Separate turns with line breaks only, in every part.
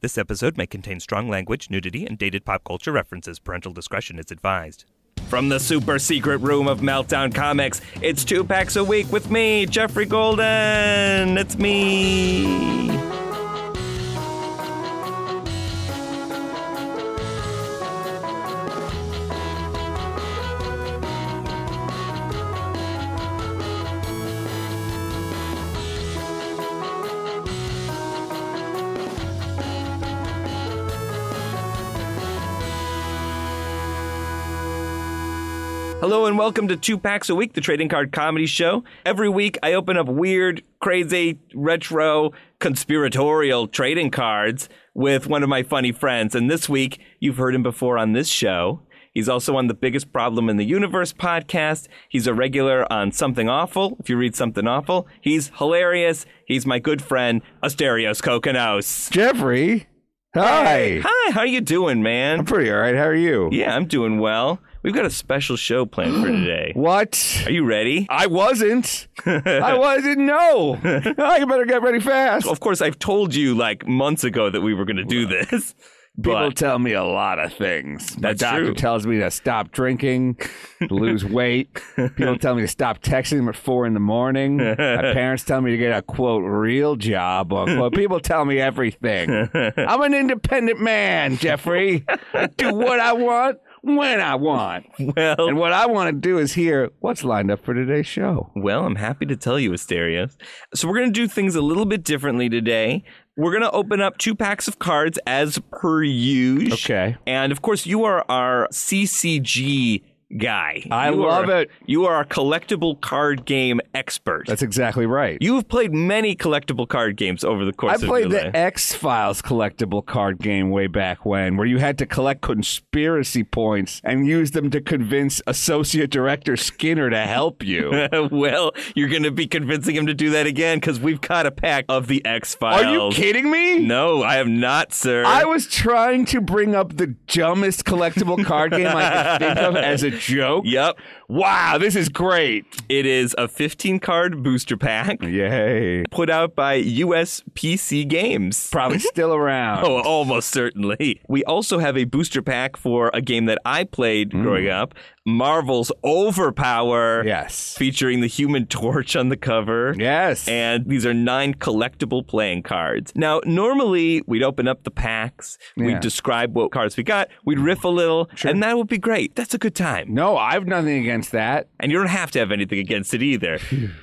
This episode may contain strong language, nudity, and dated pop culture references. Parental discretion is advised. From the super secret room of Meltdown Comics, it's two packs a week with me, Jeffrey Golden. It's me. Hello and welcome to Two Packs a Week, the trading card comedy show. Every week, I open up weird, crazy, retro, conspiratorial trading cards with one of my funny friends. And this week, you've heard him before on this show. He's also on the Biggest Problem in the Universe podcast. He's a regular on Something Awful. If you read Something Awful, he's hilarious. He's my good friend, Asterios Kokonos.
Jeffrey. Hi.
Hi, how you doing,
I'm
man?
pretty all right. How are you?
Yeah, I'm doing well. We've got a special show planned for today.
What?
Are you ready?
I wasn't. I wasn't. No. Oh, you better get ready fast.
Of course, I've told you like months ago that we were going to do this,
People
but
tell me a lot of things. My
That's
doctor
true.
tells me to stop drinking, to lose weight. People tell me to stop texting them at four in the morning. My parents tell me to get a quote real job. Unquote. People tell me everything. I'm an independent man, Jeffrey. I do what I want when I want.
well,
And what I want to do is hear what's lined up for today's show.
well, I'm happy to tell you, Asterios. So we're going to do things a little bit differently today. We're going to open up two packs of cards as per usual.
Okay.
And of course, you are our CCG guy.
I
You
love
are-
it.
You are our collectible card game expert.
That's exactly right.
you have played many collectible card games over the course
I
of
played
your
the
life.
X Files collectible card game way back when, where you had to collect conspiracy points and use them to convince Associate Director Skinner to help you.
well, you're going to be convincing him to do that again because we've got a pack of the X Files.
Are you kidding me?
No, I am not, sir.
I was trying to bring up the dumbest collectible card game I could think of as a joke.
Yep,
Wow, this is great.
it is a 15 card booster pack
Yay.
put out by USPC Games.
Probably still around.
Oh, almost certainly. We also have a booster pack for a game that I played
Mm.
growing up, Marvel's Overpower,
Yes.
featuring the Human Torch on the cover.
Yes.
and these are nine collectible playing cards. Now, normally we'd open up the packs,
Yeah.
we'd describe what cards we got, we'd riff a little, and that would be great. That's a good time.
no, I have nothing against that.
And you don't have to have anything against it either.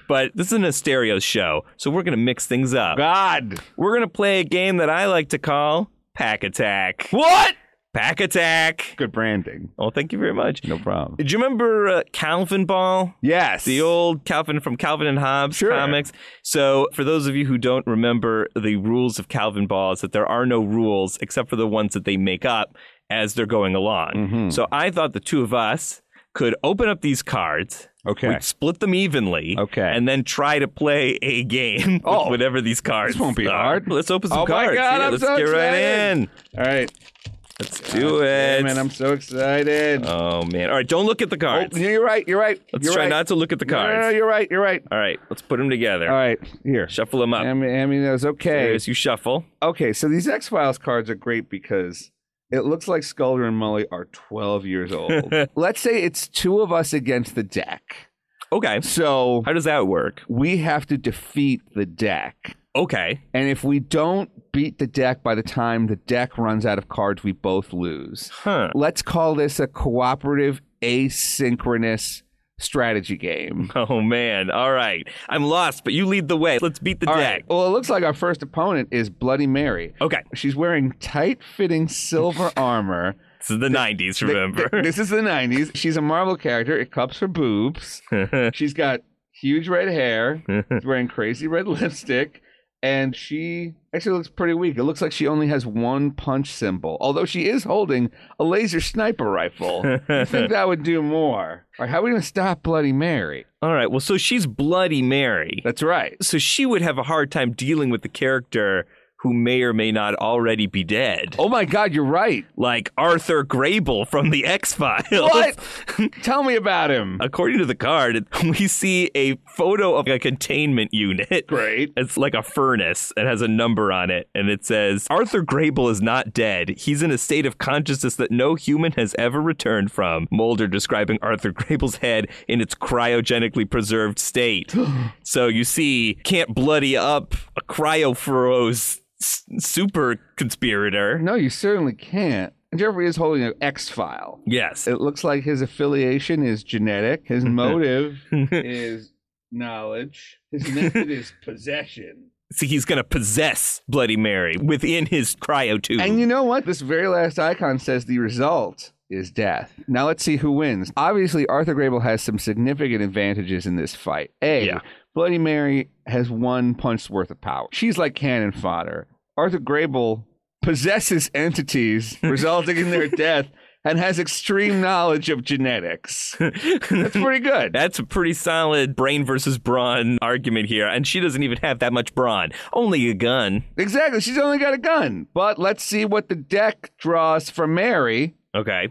but this isn't a stereo show, so we're going to mix things up.
God.
We're going to play a game that I like to call Pack Attack.
What?
Pack Attack.
Good branding.
Oh, thank you very much.
No problem.
Do you remember uh, Calvin Ball?
Yes.
the old Calvin from Calvin and Hobbes
Sure.
comics. So, for those of you who don't remember the rules of Calvin Ball, is that there are no rules except for the ones that they make up as they're going along. So, I thought the two of us could open up these cards.
Okay.
We'd split them evenly.
Okay.
And then try to play a game with
Oh.
whatever these cards.
won't be
are.
hard.
Let's open some
Oh my
cards.
God,
Yeah,
I'm
let's
so
get right
excited.
in.
All right.
Let's do it.
Damn it, I'm so excited.
oh man. All right, don't look at the
oh,
cards.
you're right. You're right.
Let's
you're
try
right.
not to look at the
No,
cards.
No, no, you're right. You're right.
All right, let's put them together.
All right. Here.
Shuffle them up.
I mean, I mean, that was okay.
There's you shuffle.
Okay, so these X Files cards are great because it looks like Skulder and Mully are 12 years old. Let's say it's two of us against the deck.
Okay.
So
How does that work?
we have to defeat the deck.
Okay.
And if we don't beat the deck by the time the deck runs out of cards, we both lose.
Huh.
let's call this a cooperative asynchronous strategy game.
Oh man. All right. I'm lost, but you lead the way. Let's beat the
All
deck.
right. Well, it looks like our first opponent is Bloody Mary.
Okay.
She's wearing tight fitting silver armor.
This is the 90s,
Th-
remember?
th- this is the 90s. She's a Marvel character. It cups her boobs. She's got huge red hair. She's wearing crazy red lipstick. And she actually looks pretty weak. It looks like she only has one punch symbol, although she is holding a laser sniper rifle. I think that would do more. All right, how are we going to stop Bloody Mary?
All right. Well, so she's Bloody Mary.
That's right.
So she would have a hard time dealing with the character who may or may not already be dead.
Oh my God, you're right.
Like Arthur Grable from the X Files.
What? Tell me about him.
According to the card, we see a photo of a containment unit.
Great.
It's like a furnace and has a number on it. And it says Arthur Grable is not dead. He's in a state of consciousness that no human has ever returned from. Mulder describing Arthur Grable's head in its cryogenically preserved state. so you see, can't bloody up a cryo froze s- super conspirator.
No, you certainly can't. Jeffrey is holding an X file.
Yes.
It looks like his affiliation is genetic. His motive is knowledge. His method is possession.
See, he's going to possess Bloody Mary within his cryo tube.
And you know what? This very last icon says the result is death. Now let's see who wins. Obviously, Arthur Grable has some significant advantages in this fight. A,
Yeah.
Bloody Mary has one punch's worth of power. She's like cannon fodder. Arthur Grable possesses entities resulting in their death and has extreme knowledge of genetics. That's pretty good.
That's a pretty solid brain versus brawn argument here. And she doesn't even have that much brawn, only a gun.
Exactly. She's only got a gun. But let's see what the deck draws for Mary.
Okay.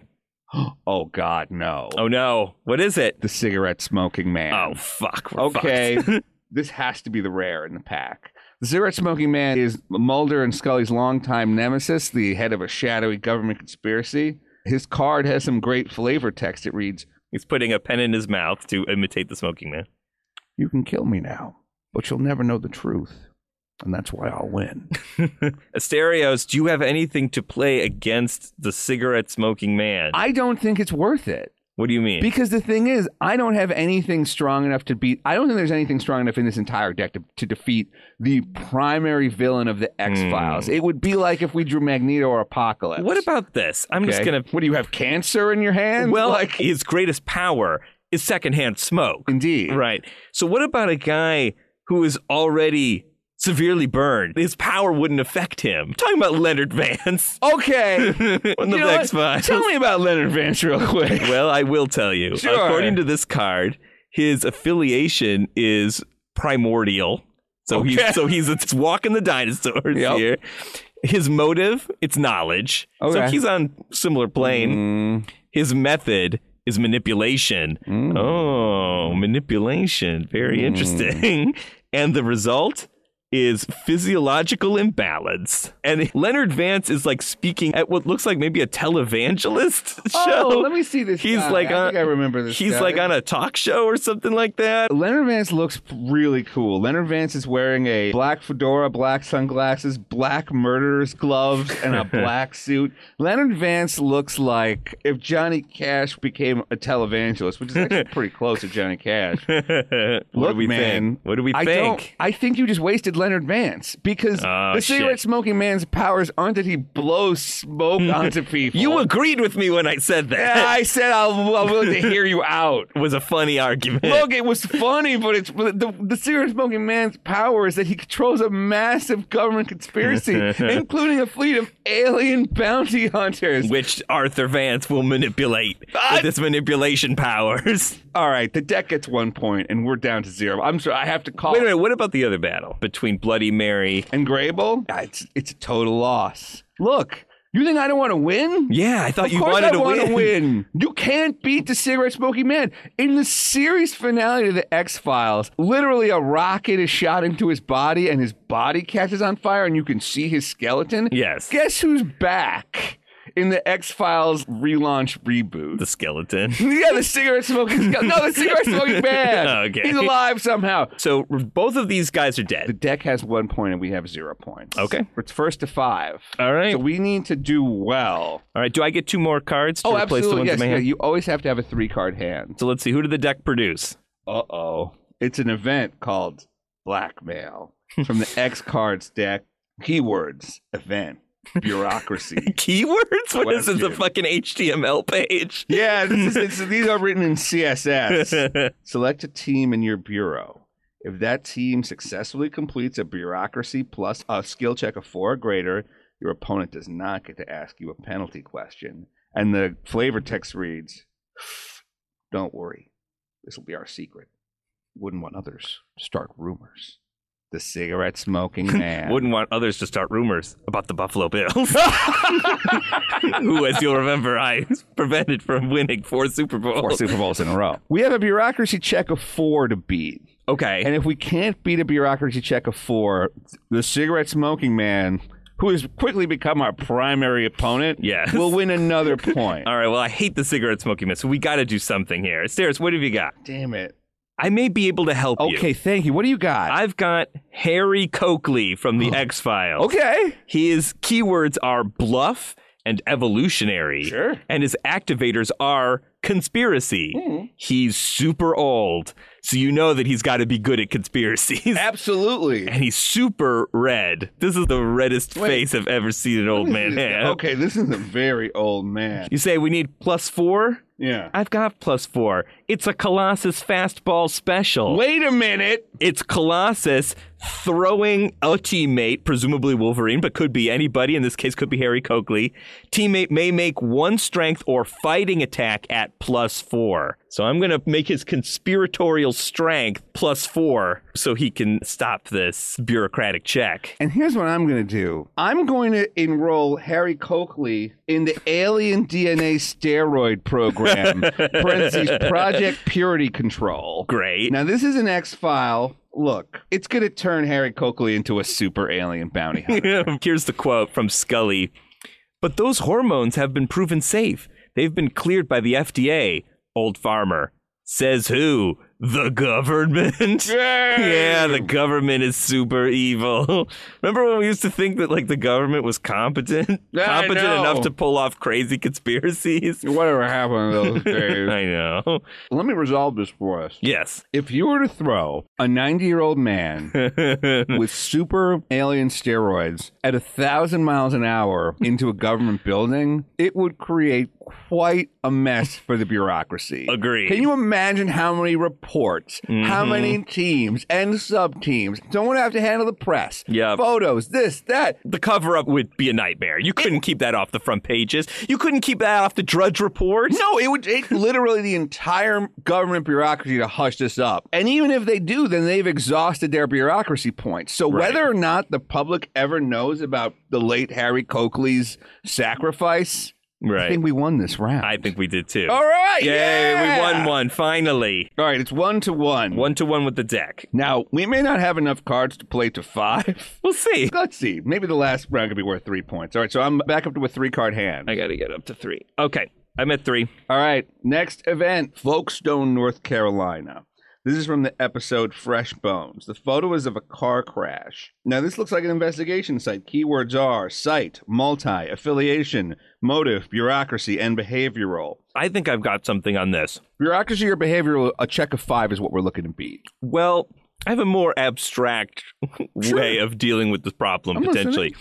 Oh, God, no.
Oh, no. What is it?
The cigarette smoking man.
Oh, fuck. We're
Okay.
fucked.
this has to be the rare in the pack. The cigarette smoking man is Mulder and Scully's longtime nemesis, the head of a shadowy government conspiracy. His card has some great flavor text. It reads,
He's putting a pen in his mouth to imitate the smoking man.
You can kill me now, but you'll never know the truth. And that's why I'll win.
Asterios, do you have anything to play against the cigarette smoking man?
I don't think it's worth it.
what do you mean?
Because the thing is, I don't have anything strong enough to beat. I don't think there's anything strong enough in this entire deck to, to defeat the primary villain of the X Files. It would be like if we drew Magneto or Apocalypse.
Hmm. what about this? I'm just
Okay.
going to.
What do you have cancer in your hand?
Well,
like
his greatest power is secondhand smoke.
indeed.
Right. So what about a guy who is already severely burned? His power wouldn't affect him. talking about Leonard Vance
Okay.
on the
You know what?
next five.
Tell me about Leonard Vance real quick.
well, I will tell you.
Sure.
According to this card, his affiliation is primordial. So
Okay.
he's so he's it's walking the dinosaurs
Yep.
here. His motive, it's knowledge. So
Okay.
he's on similar plane. His method is manipulation.
Mm.
Oh, manipulation. Very interesting. And the result is physiological imbalance. And Leonard Vance is like speaking at what looks like maybe a televangelist show.
Oh, let me see this.
He's
guy.
like
I
on-
think I remember this.
He's
guy.
like on a talk show or something like that.
Leonard Vance looks really cool. Leonard Vance is wearing a black fedora, black sunglasses, black murderer's gloves, and a black suit. Leonard Vance looks like if Johnny Cash became a televangelist, which is actually pretty close to Johnny Cash.
what do
Look,
we
man,
think? What do we
I don't.
think?
I think you just wasted Leonard Vance because
Oh,
the cigarette
shit.
smoking man's powers aren't that he blows smoke onto people.
You agreed with me when I said that.
Yeah, I said I'll, I'm willing to hear you out.
It was a funny argument.
Look, it was funny, but it's but the, the cigarette smoking man's power is that he controls a massive government conspiracy, including a fleet of alien bounty hunters.
which Arthur Vance will manipulate with his manipulation powers.
All right, the deck gets one point, and we're down to zero. I'm sure I have to call.
Wait a minute, what about the other battle between Bloody Mary?
And Grable, Ah, it's it's a total loss. Look, you think I don't want to win?
Yeah, I thought
Of
you
course
wanted
I
to
wanna
win.
win. You can't beat the cigarette smoking man. In the series finale to the X Files, literally a rocket is shot into his body and his body catches on fire and you can see his skeleton.
Yes.
Guess who's back in the X Files relaunch reboot?
the skeleton.
yeah, the cigarette smoking skeleton. No, the cigarette smoking man.
Okay.
He's alive somehow.
So r- both of these guys are
The
dead.
deck has one point and we have zero points.
Okay.
It's first to five.
All right.
So we need to do well.
All right, do I get two more cards to
Oh,
replace the
absolutely.
ones
Yes.
in my
yeah,
hand?
you always have to have a three card hand.
So let's see, who did the deck produce?
Uh oh. It's an event called Blackmail from the X Cards deck. Keywords event bureaucracy.
Keywords? What is this? A
Question.
fucking HTML page?
yeah, this is, it's, these are written in CSS. Select a team in your bureau. If that team successfully completes a bureaucracy plus a skill check of four or greater, your opponent does not get to ask you a penalty question. And the flavor text reads, "Don't worry, this will be our secret. Wouldn't want others to start rumors." the cigarette smoking man.
Wouldn't want others to start rumors about the Buffalo Bills, who, as you'll remember, I prevented from winning four Super Bowls.
Four Super Bowls in a row. We have a bureaucracy check of four to beat.
okay.
And if we can't beat a bureaucracy check of four, the cigarette smoking man, who has quickly become our primary opponent,
Yes.
will win another point.
all right, well, I hate the cigarette smoking man, so we got to do something here. Stairs, what have you got?
Damn it.
I may be able to help you.
Okay, thank you. What do you got?
I've got Harry Coakley from the X Files.
Oh. okay.
His keywords are bluff and evolutionary.
Sure.
And his activators are conspiracy.
Hmm.
He's super old, so you know that he's got to be good at conspiracies.
Absolutely.
and he's super red. This is the reddest
Wait.
face I've ever seen an old man have.
Okay, this is a very old man.
You say we need plus four?
Yeah.
I've got plus four. It's a Colossus fastball special.
Wait a minute.
It's Colossus throwing a teammate, presumably Wolverine, but could be anybody. In this case, could be Harry Coakley. Teammate may make one strength or fighting attack at plus four. So I'm going to make his conspiratorial strength plus four so he can stop this bureaucratic check.
And here's what I'm going to do I'm going to enroll Harry Coakley in the Alien DNA Steroid Program, parentheses, Project Purity Control.
Great.
Now, this is an X file. Look, it's going to turn Harry Coakley into a super alien bounty hunter.
Here's the quote from Scully. But those hormones have been proven safe. They've been cleared by the FDA. Old farmer. Says who? The government. yeah, the government is super evil. Remember when we used to think that like the government was competent?
Yeah, I
competent
know.
enough to pull off crazy conspiracies?
Whatever happened to those days?
I know.
Let me resolve this for us.
Yes.
If you were to throw a 90 year old man with super alien steroids at a thousand miles an hour into a government building, it would create quite a mess for the bureaucracy.
Agreed.
Can you imagine how many reports, how many teams and sub teams? Someone would have to handle the press,
Yep.
photos, this, that.
the cover up would be a nightmare. You couldn't keep that off the front pages. You couldn't keep that off the Drudge Report.
No, it would take literally the entire government bureaucracy to hush this up. And even if they do, then they've exhausted their bureaucracy points. So whether or not the public ever knows about the late Harry Coakley's sacrifice, I
Right.
think we won this round.
I think we did too.
All right.
Yay, we
yeah!
won one finally.
All right, it's one to one.
One to one with the deck.
Now, we may not have enough cards to play to five.
We'll see.
Let's see. Maybe the last round could be worth three points. All right, so I'm back up to a three card hand.
I got to get up to three. Okay, I'm at three.
All right, next event Folkestone, North Carolina. This is from the episode Fresh Bones. The photo is of a car crash. Now, this looks like an investigation site. Keywords are site, multi, affiliation, motive, bureaucracy, and behavioral.
I think I've got something on this.
Bureaucracy or behavioral, a check of five is what we're looking to beat.
Well, I have a more abstract way of dealing with this problem
I'm listening.
potentially.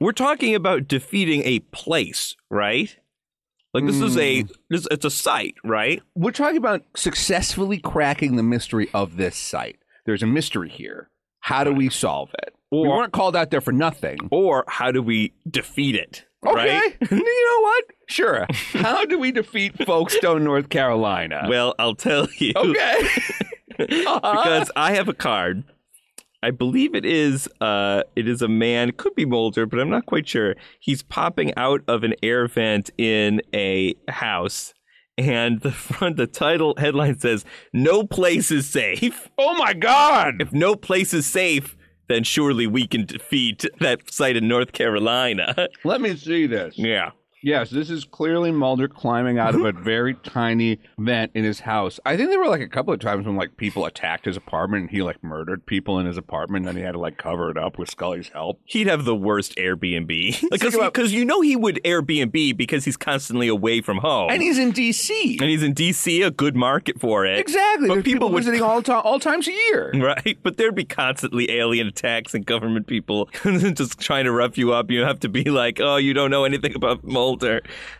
We're talking about defeating a place, right? Like this is a
Hmm.
this, it's a site, right?
We're talking about successfully cracking the mystery of this site. There's a mystery here. How do we solve it? we
Or-
weren't called out there for nothing.
Or how do we defeat it?
Okay.
Right?
you know what? Sure. How do we defeat Folkestone, North Carolina?
Well, I'll tell you.
okay. Uh.
because I have a card. I believe it is uh it is a man, could be Mulder, but I'm not quite sure. He's popping out of an air vent in a house. And the front the title headline says, No place is safe.
oh my God.
If no place is safe, then surely we can defeat that site in North Carolina.
Let me see this.
yeah.
Yes, this is clearly Mulder climbing out of a very tiny vent in his house. I think there were like a couple of times when like people attacked his apartment and he like murdered people in his apartment and then he had to like cover it up with Scully's help.
He'd have the worst Airbnb. Because
about-
you know he would Airbnb because he's constantly away from home.
And he's in D.C.
and he's in DC, a good market for it.
exactly.
But
There's
people
people,
would-
visiting all, ti all times a year.
Right, but there'd be constantly alien attacks and government people just trying to rough you up. You have to be like, "Oh, you don't know anything about Mulder.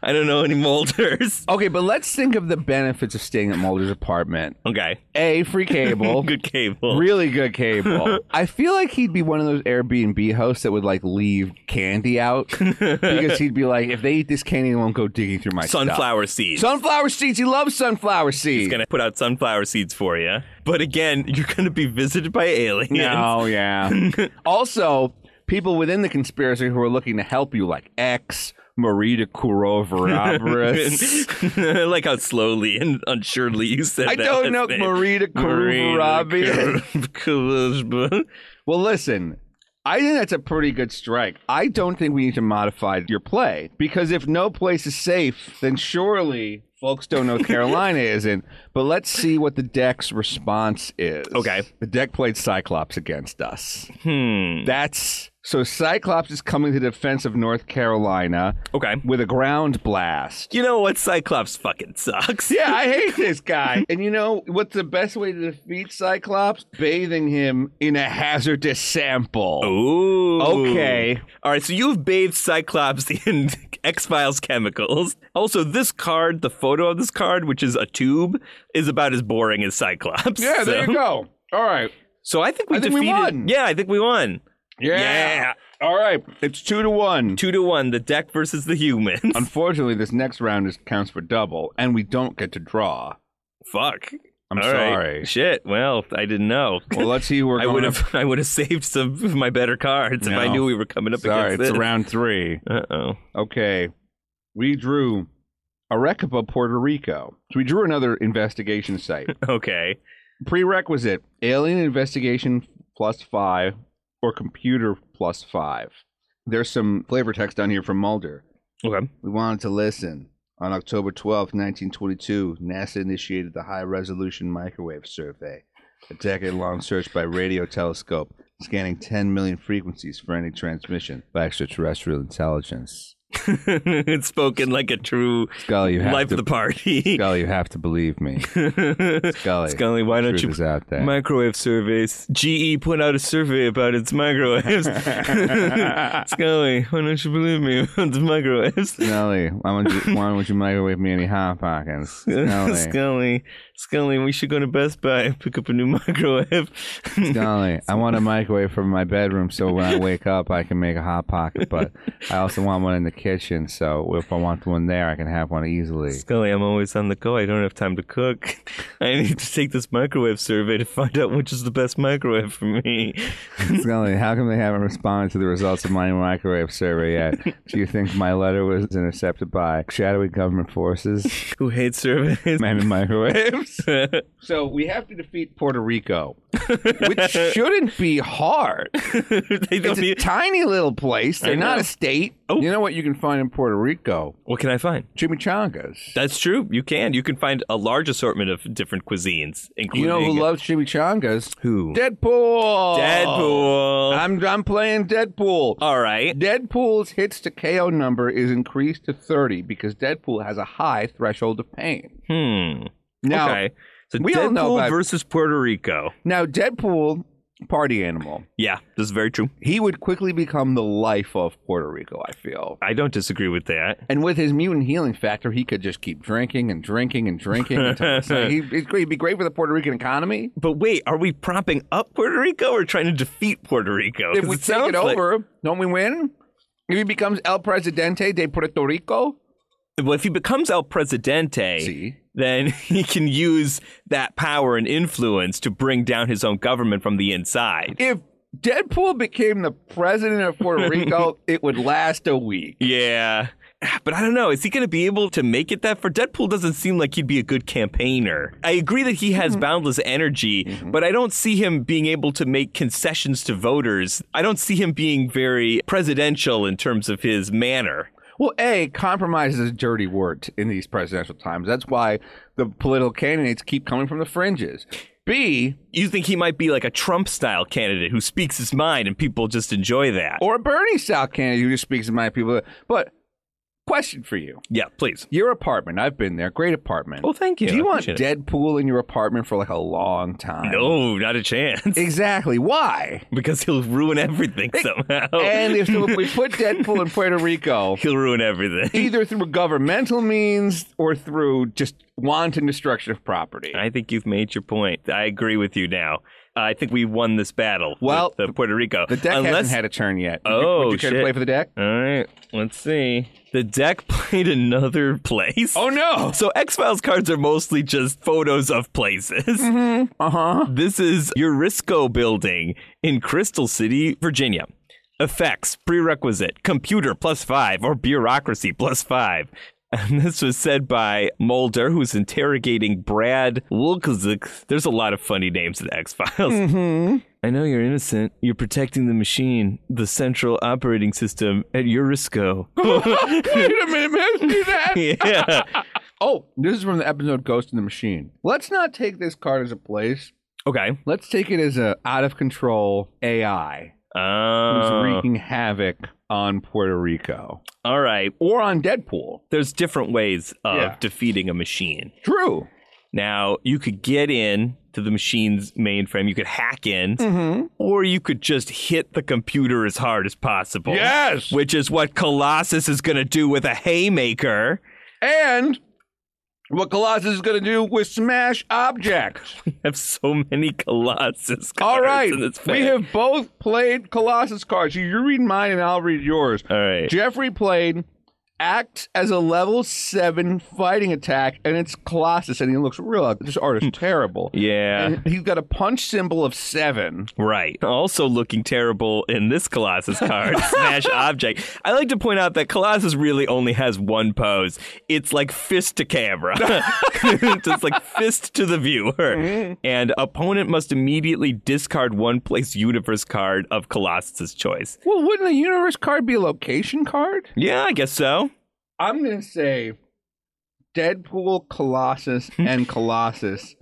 I don't know any Mulders.
Okay, but let's think of the benefits of staying at Mulder's apartment.
Okay.
A, free cable.
Good cable.
Really good cable. I feel like he'd be one of those Airbnb hosts that would like leave candy out because he'd be like, if they eat this candy, they won't go digging through my stuff."
Sunflower seeds.
Sunflower seeds. He loves sunflower seeds.
He's gonna put out sunflower seeds for you. But again, you're gonna be visited by aliens.
Oh yeah. also, people within the conspiracy who are looking to help you, like X, Marita Kurovarabras.
like how slowly and unsurely you said
I
that.
don't know
last name.
Marita Kurovarabras.
Marita Kurovarabra.
Well, listen. I think that's a pretty good strike. I don't think we need to modify your play because if no place is safe, then surely folks don't know Carolina isn't. But let's see what the deck's response is.
Okay.
The deck played Cyclops against us.
Hmm.
That's so Cyclops is coming to the defense of North Carolina
Okay.
with a ground blast.
You know what? Cyclops fucking sucks.
Yeah, I hate this guy. and you know what's the best way to defeat Cyclops? Bathing him in a hazardous sample.
Ooh.
Okay.
All right, so you've bathed Cyclops in X Files chemicals. Also, this card, the photo of this card, which is a tube, is about as boring as Cyclops. so,
Yeah, there you go. All right.
So I think we
I think we
defeated.
won.
Yeah, I think we won.
Yeah.
Yeah.
All right. It's two to one.
Two to one, the deck versus the humans.
Unfortunately, this next round is counts for double, and we don't get to draw.
Fuck.
I'm
All right.
sorry.
Shit. Well, I didn't know.
Well, let's see who we're
I
going
would
up-
have I would have saved some of my better cards if I
No.
knew we were coming up
Sorry, it's
against this.
round three.
Uh oh.
Okay. We drew Arequipa, Puerto Rico. So we drew another investigation site.
Okay.
Prerequisite alien investigation plus five or computer plus five. There's some flavor text down here from Mulder.
Okay.
We wanted to listen. On October twelfth, 1922, NASA initiated the High Resolution Microwave Survey, a decade long search by radio telescope, scanning 10 million frequencies for any transmission by extraterrestrial intelligence.
it's spoken like a true
Scully, you have
life
to
of the party.
Scully, you have to believe me. Scully,
Scully, why don't
truth
you
is out there.
microwave surveys? GE put out a survey about its microwaves. Scully, why don't you believe me about the microwaves?
Scully, why don't you, why don't you microwave me any hot pockets? Scully,
Scully, Scully, we should go to Best Buy and pick up a new microwave.
Scully, I want a microwave for my bedroom so when I wake up I can make a hot pocket. But I also want one in the kitchen, so if I want one there, I can have one easily.
Scully, I'm always on the go. I don't have time to cook. I need to take this microwave survey to find out which is the best microwave for me.
Scully, how come they haven't responded to the results of my microwave survey yet? Do you think my letter was intercepted by shadowy government forces
Who hates surveys?
and microwaves? So we have to defeat Puerto Rico, which shouldn't be hard.
they don't
It's a
need-
tiny little place. They're
I
not
know.
a state.
Oh.
You know what you can find in Puerto Rico?
What can I find?
Chimichangas.
That's true. You can. You can find a large assortment of different cuisines, including
You know who loves chimichangas?
who?
Deadpool.
Deadpool. Oh,
I'm I'm playing Deadpool.
All right.
Deadpool's hits to KO number is increased to 30 because Deadpool has a high threshold of pain.
Hmm.
Now,
okay. So
we
Deadpool
all know about-
versus Puerto Rico.
now Deadpool, party animal.
Yeah, this is very true.
He would quickly become the life of Puerto Rico, I feel.
I don't disagree with that.
And with his mutant healing factor, he could just keep drinking and drinking and drinking. until- so he, he'd he'd be great for the Puerto Rican economy.
But wait, are we propping up Puerto Rico or trying to defeat Puerto Rico?
If
'Cause
we
it
take
sounds
it
like-
over, don't we win? If he becomes El Presidente de Puerto Rico,
well, if he becomes El Presidente,
see,
then he can use that power and influence to bring down his own government from the inside.
if Deadpool became the president of Puerto Rico, it would last a week.
Yeah. But I don't know. Is he going to be able to make it that far? Deadpool doesn't seem like he'd be a good campaigner. I agree that he has boundless energy, but I don't see him being able to make concessions to voters. I don't see him being very presidential in terms of his manner.
Well, A, compromise is a dirty word in these presidential times. That's why the political candidates keep coming from the fringes. B,
You think he might be like a Trump style candidate who speaks his mind and people just enjoy that?
or a Bernie style candidate who just speaks to my people. But Question for you.
Yeah, please.
Your apartment, I've been there, great apartment.
Well, thank you.
Do
I
you want
appreciate it.
Deadpool in your apartment for like a long time?
No, not a chance.
Exactly. Why?
because he'll ruin everything somehow.
And if, if we put Deadpool in Puerto Rico,
he'll ruin everything.
either through governmental means or through just wanton destruction of property.
I think you've made your point. I agree with you now. I think we won this battle. with
Well,
the Puerto Rico.
The deck
Unless,
hasn't had a turn yet. Would you-
Oh,
would you care to
shit.
play for the deck?
All right, let's see. The deck played another place.
Oh no!
So X Files cards are mostly just photos of places.
Uh huh.
This is Eurisco Building in Crystal City, Virginia. Effects, prerequisite, computer plus five, or bureaucracy plus five. And this was said by Mulder, who's interrogating Brad Wilkzik. There's a lot of funny names in X Files. I know you're innocent. You're protecting the machine, the central operating system at Eurisco.
Wait a minute, man. Do that.
yeah.
Oh, this is from the episode Ghost in the Machine. Let's not take this card as a place.
Okay.
Let's take it as a out of control AI who's
Oh,
wreaking havoc on Puerto Rico
all right.
or on Deadpool.
There's different ways of
Yeah.
defeating a machine.
True.
Now, you could get in to the machine's mainframe, you could hack in,
Mm-hmm.
or you could just hit the computer as hard as possible.
Yes.
Which is what Colossus is going to do with a haymaker.
And what Colossus is going to do with Smash Objects.
We have so many Colossus cards
All right.
in this fan.
We have both played Colossus cards. You- You read mine and I'll read yours.
All right.
Jeffrey played act as a level seven fighting attack, and it's Colossus, and he looks real. ugly. This art is terrible.
Hmm. yeah.
And he's got a punch symbol of seven.
Right. Also looking terrible in this Colossus card, Smash Object. I like to point out that Colossus really only has one pose. It's like fist to camera. Just like fist to the
Mm-hmm.
viewer. And opponent must immediately discard one place universe card of Colossus's choice.
Well, wouldn't a universe card be a location card?
Yeah, I guess so.
I'm gonna say Deadpool, Colossus, and Colossus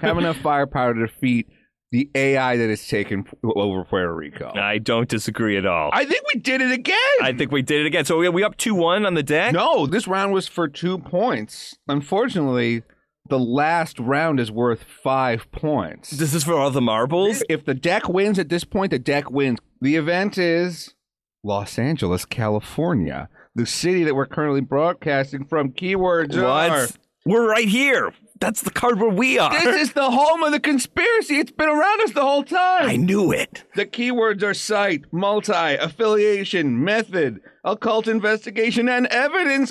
have enough firepower to defeat the AI that has taken p- over Puerto Rico.
I don't disagree at all.
I think we did it again.
I think we did it again. So we- we up 2-1 on the deck?
No, this round was for two points. Unfortunately, the last round is worth five points.
This is for all the marbles?
if the deck wins at this point, the deck wins. The event is Los Angeles, California, the city that we're currently broadcasting from. Keywords are.
What? We're right here. That's the card where we are.
This is the home of the conspiracy. It's been around us the whole time.
I knew it.
The keywords are site, multi, affiliation, method, occult investigation, and evidence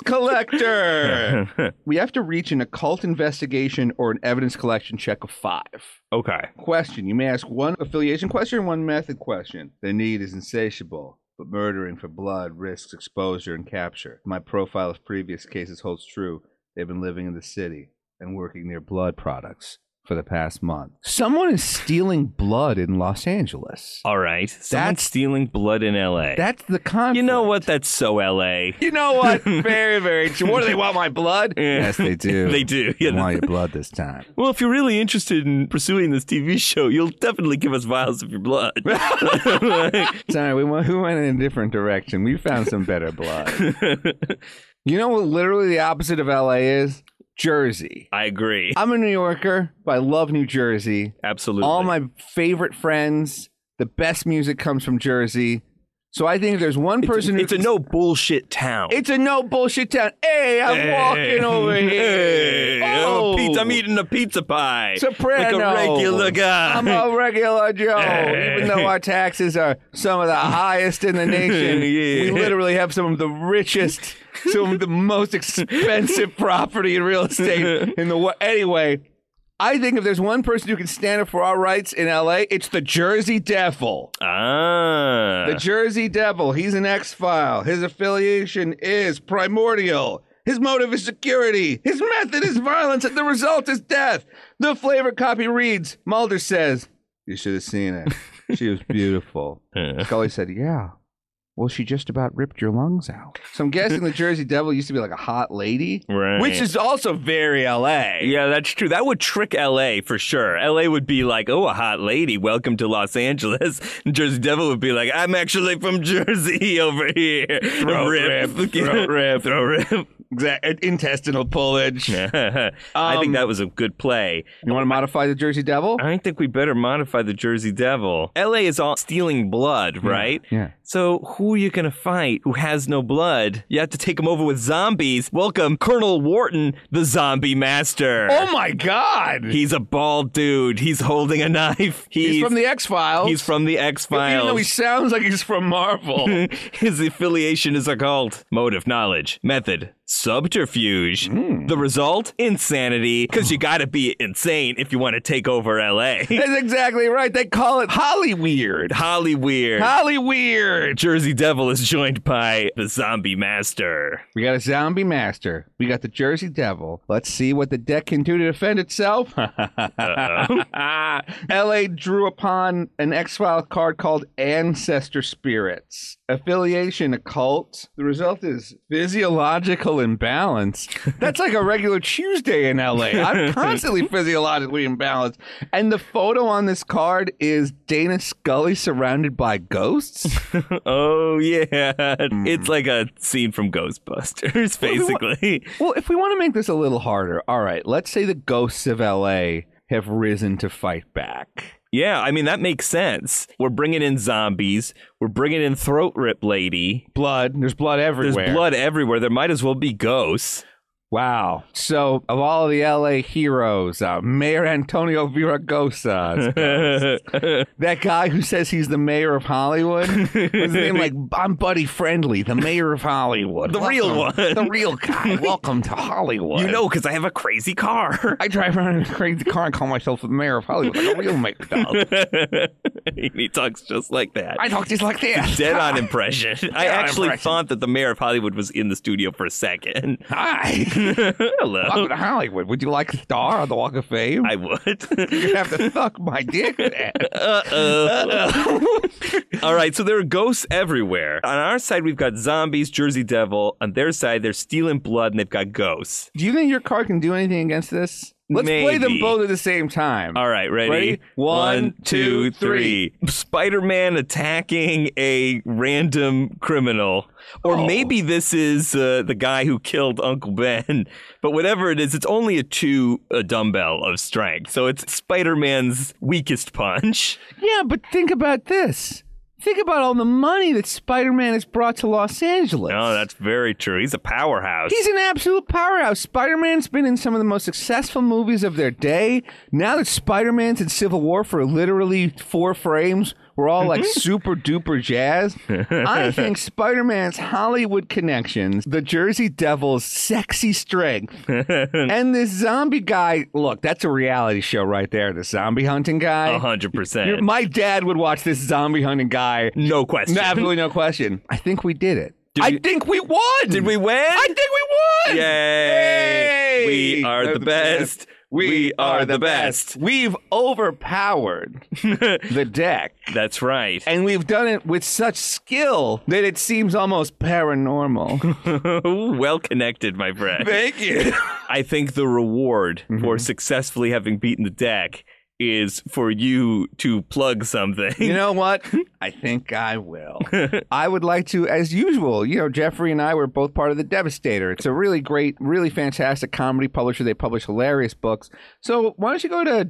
collector. we have to reach an occult investigation or an evidence collection check of five.
Okay.
Question You may ask one affiliation question and one method question. The need is insatiable. But murdering for blood risks exposure and capture. My profile of previous cases holds true. They've been living in the city and working near blood products for the past month. Someone is stealing blood in Los Angeles.
All right. Someone
That's-
stealing blood in L.A.
That's the conflict.
you know what? That's so L.A.
You know what? very, very true. What do they want? My blood? Yes, they do.
they do.
They
Yeah.
want your blood this time.
well, if you're really interested in pursuing this TV show, you'll definitely give us vials of your blood.
Sorry, we went, we went in a different direction. We found some better blood. you know what literally the opposite of LA is? Jersey.
I agree.
I'm a New Yorker, but I love New Jersey.
Absolutely.
All my favorite friends, the best music comes from Jersey. So I think if there's one person
It's
who
a no bullshit town.
It's a no bullshit town. Hey, I'm
Hey.
walking over here.
Hey.
oh,
pizza, I'm eating a pizza pie.
Soprano.
Like a regular guy.
I'm a regular Joe.
Hey.
Even though our taxes are some of the highest in the nation,
Yeah.
we literally have some of the richest, some of the most expensive property in real estate in the world. Anyway, I think if there's one person who can stand up for our rights in LA, it's the Jersey Devil.
ah.
The Jersey Devil. He's an X File. His affiliation is primordial. His motive is security. His method is violence, and the result is death. The flavor copy reads Mulder says, You should have seen it. She was beautiful. Scully said, Yeah.
Well, she just about ripped your lungs out.
So I'm guessing the Jersey Devil used to be like a hot lady.
Right.
Which is also very LA.
Yeah, that's true. That would trick LA for sure. LA would be like, oh, a hot lady, welcome to Los Angeles. And Jersey Devil would be like, I'm actually from Jersey over here. Throw rip.
throat rip.
Throw rip.
Exact intestinal pullage.
I think that was a good play.
You want to modify the Jersey Devil?
I think we better modify the Jersey Devil. LA is all stealing blood, right?
yeah.
So who are you going to fight who has no blood? You have to take him over with zombies. Welcome, Colonel Wharton, the zombie master.
Oh my God!
He's a bald dude. He's holding a knife. He's,
he's, from the X Files.
He's from the X
Even though he
Files.
sounds like he's from Marvel.
His affiliation is occult. Motive, knowledge, method, subterfuge.
Hmm.
The result, insanity. Because you gotta be insane if you want to take over LA.
That's exactly right. They call it Holly Weird.
Holly Weird.
Holly Weird.
Jersey Devil is joined by the Zombie Master.
We got a zombie master. We got the Jersey Devil. Let's see what the deck can do to defend itself. LA drew upon an X File card called Ancestor Spirits. Affiliation occult. The result is physiological imbalance. That's like a regular Tuesday in LA. I'm constantly physiologically imbalanced. And the photo on this card is Dana Scully surrounded by ghosts.
Oh yeah,
Hmm.
it's like a scene from Ghostbusters, basically.
Well, if we want to make this a little harder, all right, let's say the ghosts of LA have risen to fight back.
Yeah, I mean that makes sense. We're bringing in zombies. We're bringing in throat rip lady.
Blood, there's blood everywhere.
There's blood everywhere. There might as well be ghosts.
Wow. So, of all the LA heroes, uh, Mayor Antonio Viragosa, that guy who says he's the mayor of Hollywood, was his name like I'm Buddy Friendly, the mayor of Hollywood,
The real one.
the real guy. Welcome to Hollywood.
you know, because I have a crazy car.
I drive around in a crazy car and call myself the mayor of Hollywood, like a real mayor. dog.
he talks just like that.
I talk just like this.
Dead on impression. I
Dead on
actually
impression.
thought that the mayor of Hollywood was in the studio for a second.
Hi.
Hello.
Welcome to Hollywood. Would you like a star on the Walk of Fame?
I would.
you have to suck my dick. then.
All right, so there are ghosts everywhere. On our side, we've got zombies, Jersey Devil. On their side, they're stealing blood and they've got ghosts.
Do you think your card can do anything against this? Let's play them
Maybe.
both at the same time.
All right, ready?
Ready?
One,
One,
two,
two,
three. Spider Man attacking a random criminal. Or
Oh.
maybe this is uh, the guy who killed Uncle Ben. But whatever it is, it's only a two a dumbbell of strength. So it's Spider Man's weakest punch.
Yeah, but think about this. Think about all the money that Spider-Man has brought to Los Angeles.
Oh, that's very true. He's a powerhouse.
He's an absolute powerhouse. Spider-Man's been in some of the most successful movies of their day. Now that Spider-Man's in Civil War for literally four frames, we're all like super duper jazz. I think Spider-Man's Hollywood connections, the Jersey Devil's sexy strength, and this zombie guy. Look, that's a reality show right there. The zombie hunting guy.
A hundred
Your-
percent.
My dad would watch this zombie hunting guy.
No question.
No, absolutely no question. I think we did it.
Did
I
we-
think we won.
Did we win?
I think we won.
Yay!
Yay!
We are the best. We are the best.
We've overpowered the deck,
That's right.
and we've done it with such skill that it seems almost paranormal.
well connected, my friend.
Thank you.
I think the reward for successfully having beaten the deck is for you to plug something.
You know what? I think I will. I would like to, as usual, you know, Jeffrey and I were both part of The Devastator. It's a really great, really fantastic comedy publisher. They publish hilarious books. So why don't you go to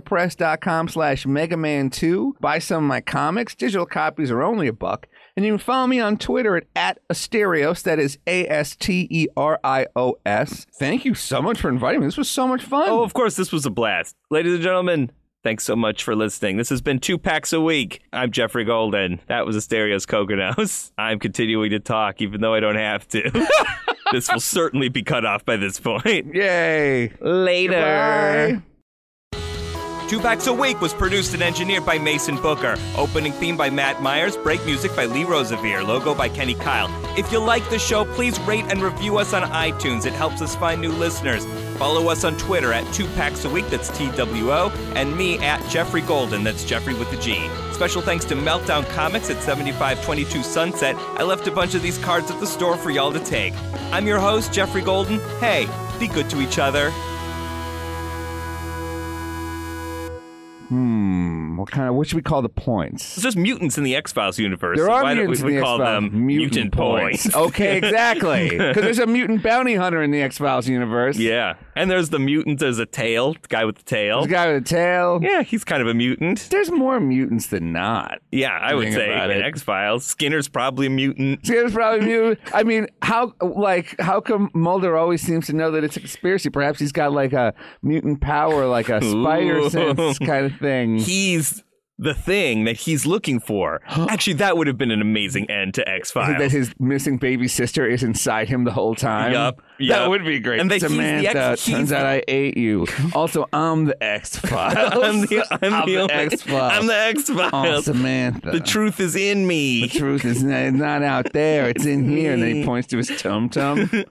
devastatorpress.com slash megaman2, buy some of my comics. Digital copies are only a buck. And you can follow me on Twitter at, at Asterios. That is A S T E R I O S. Thank you so much for inviting me. This was so much fun.
oh, of course, this was a blast. Ladies and gentlemen, thanks so much for listening. This has been Two Packs a Week. I'm Jeffrey Golden. That was Asterios Coconos. I'm continuing to talk, even though I don't have to. this will certainly be cut off by this point.
Yay.
Later.
Bye.
Two Packs a Week was produced and engineered by Mason Booker. Opening theme by Matt Myers, break music by Lee Rosevere, logo by Kenny Kyle. If you like the show, please rate and review us on iTunes. It helps us find new listeners. Follow us on Twitter at Two Packs a Week, that's TWO, and me at Jeffrey Golden, that's Jeffrey with the G. Special thanks to Meltdown Comics at 7522 Sunset. I left a bunch of these cards at the store for y'all to take. I'm your host, Jeffrey Golden. Hey, be good to each other.
Hmm. What kind of? What should we call the points?
It's just mutants in the X Files universe.
There
so
are
why
mutants
don't we,
in
we
the
call
X-Files.
them mutant points?
okay, exactly. Because there's a mutant bounty hunter in the X Files universe.
Yeah. And there's the mutant, there's a tail, the guy with the tail.
There's a guy with a tail.
Yeah, he's kind of a mutant.
There's more mutants than not.
Yeah, I would
Think
say
about
in
it.
X Files. Skinner's probably a mutant.
See, There's probably mutant. I mean, how like how come Mulder always seems to know that it's a conspiracy? Perhaps he's got like a mutant power, like a spider
Ooh.
sense kind of thing.
He's the thing that he's looking for. Actually, that would have been an amazing end to X
that
Files.
his missing baby sister is inside him the whole time.
Yup,
That
yup.
would be great.
And that he's the
Samantha,
ex- he's
turns out
the-
I ate you. Also, I'm the X Files.
I'm the, I'm the only-
X Files.
I'm the X
Oh,
Files.
Samantha.
the truth is in me.
The truth is not, not out there. It's in here. And then he points to his tum tum.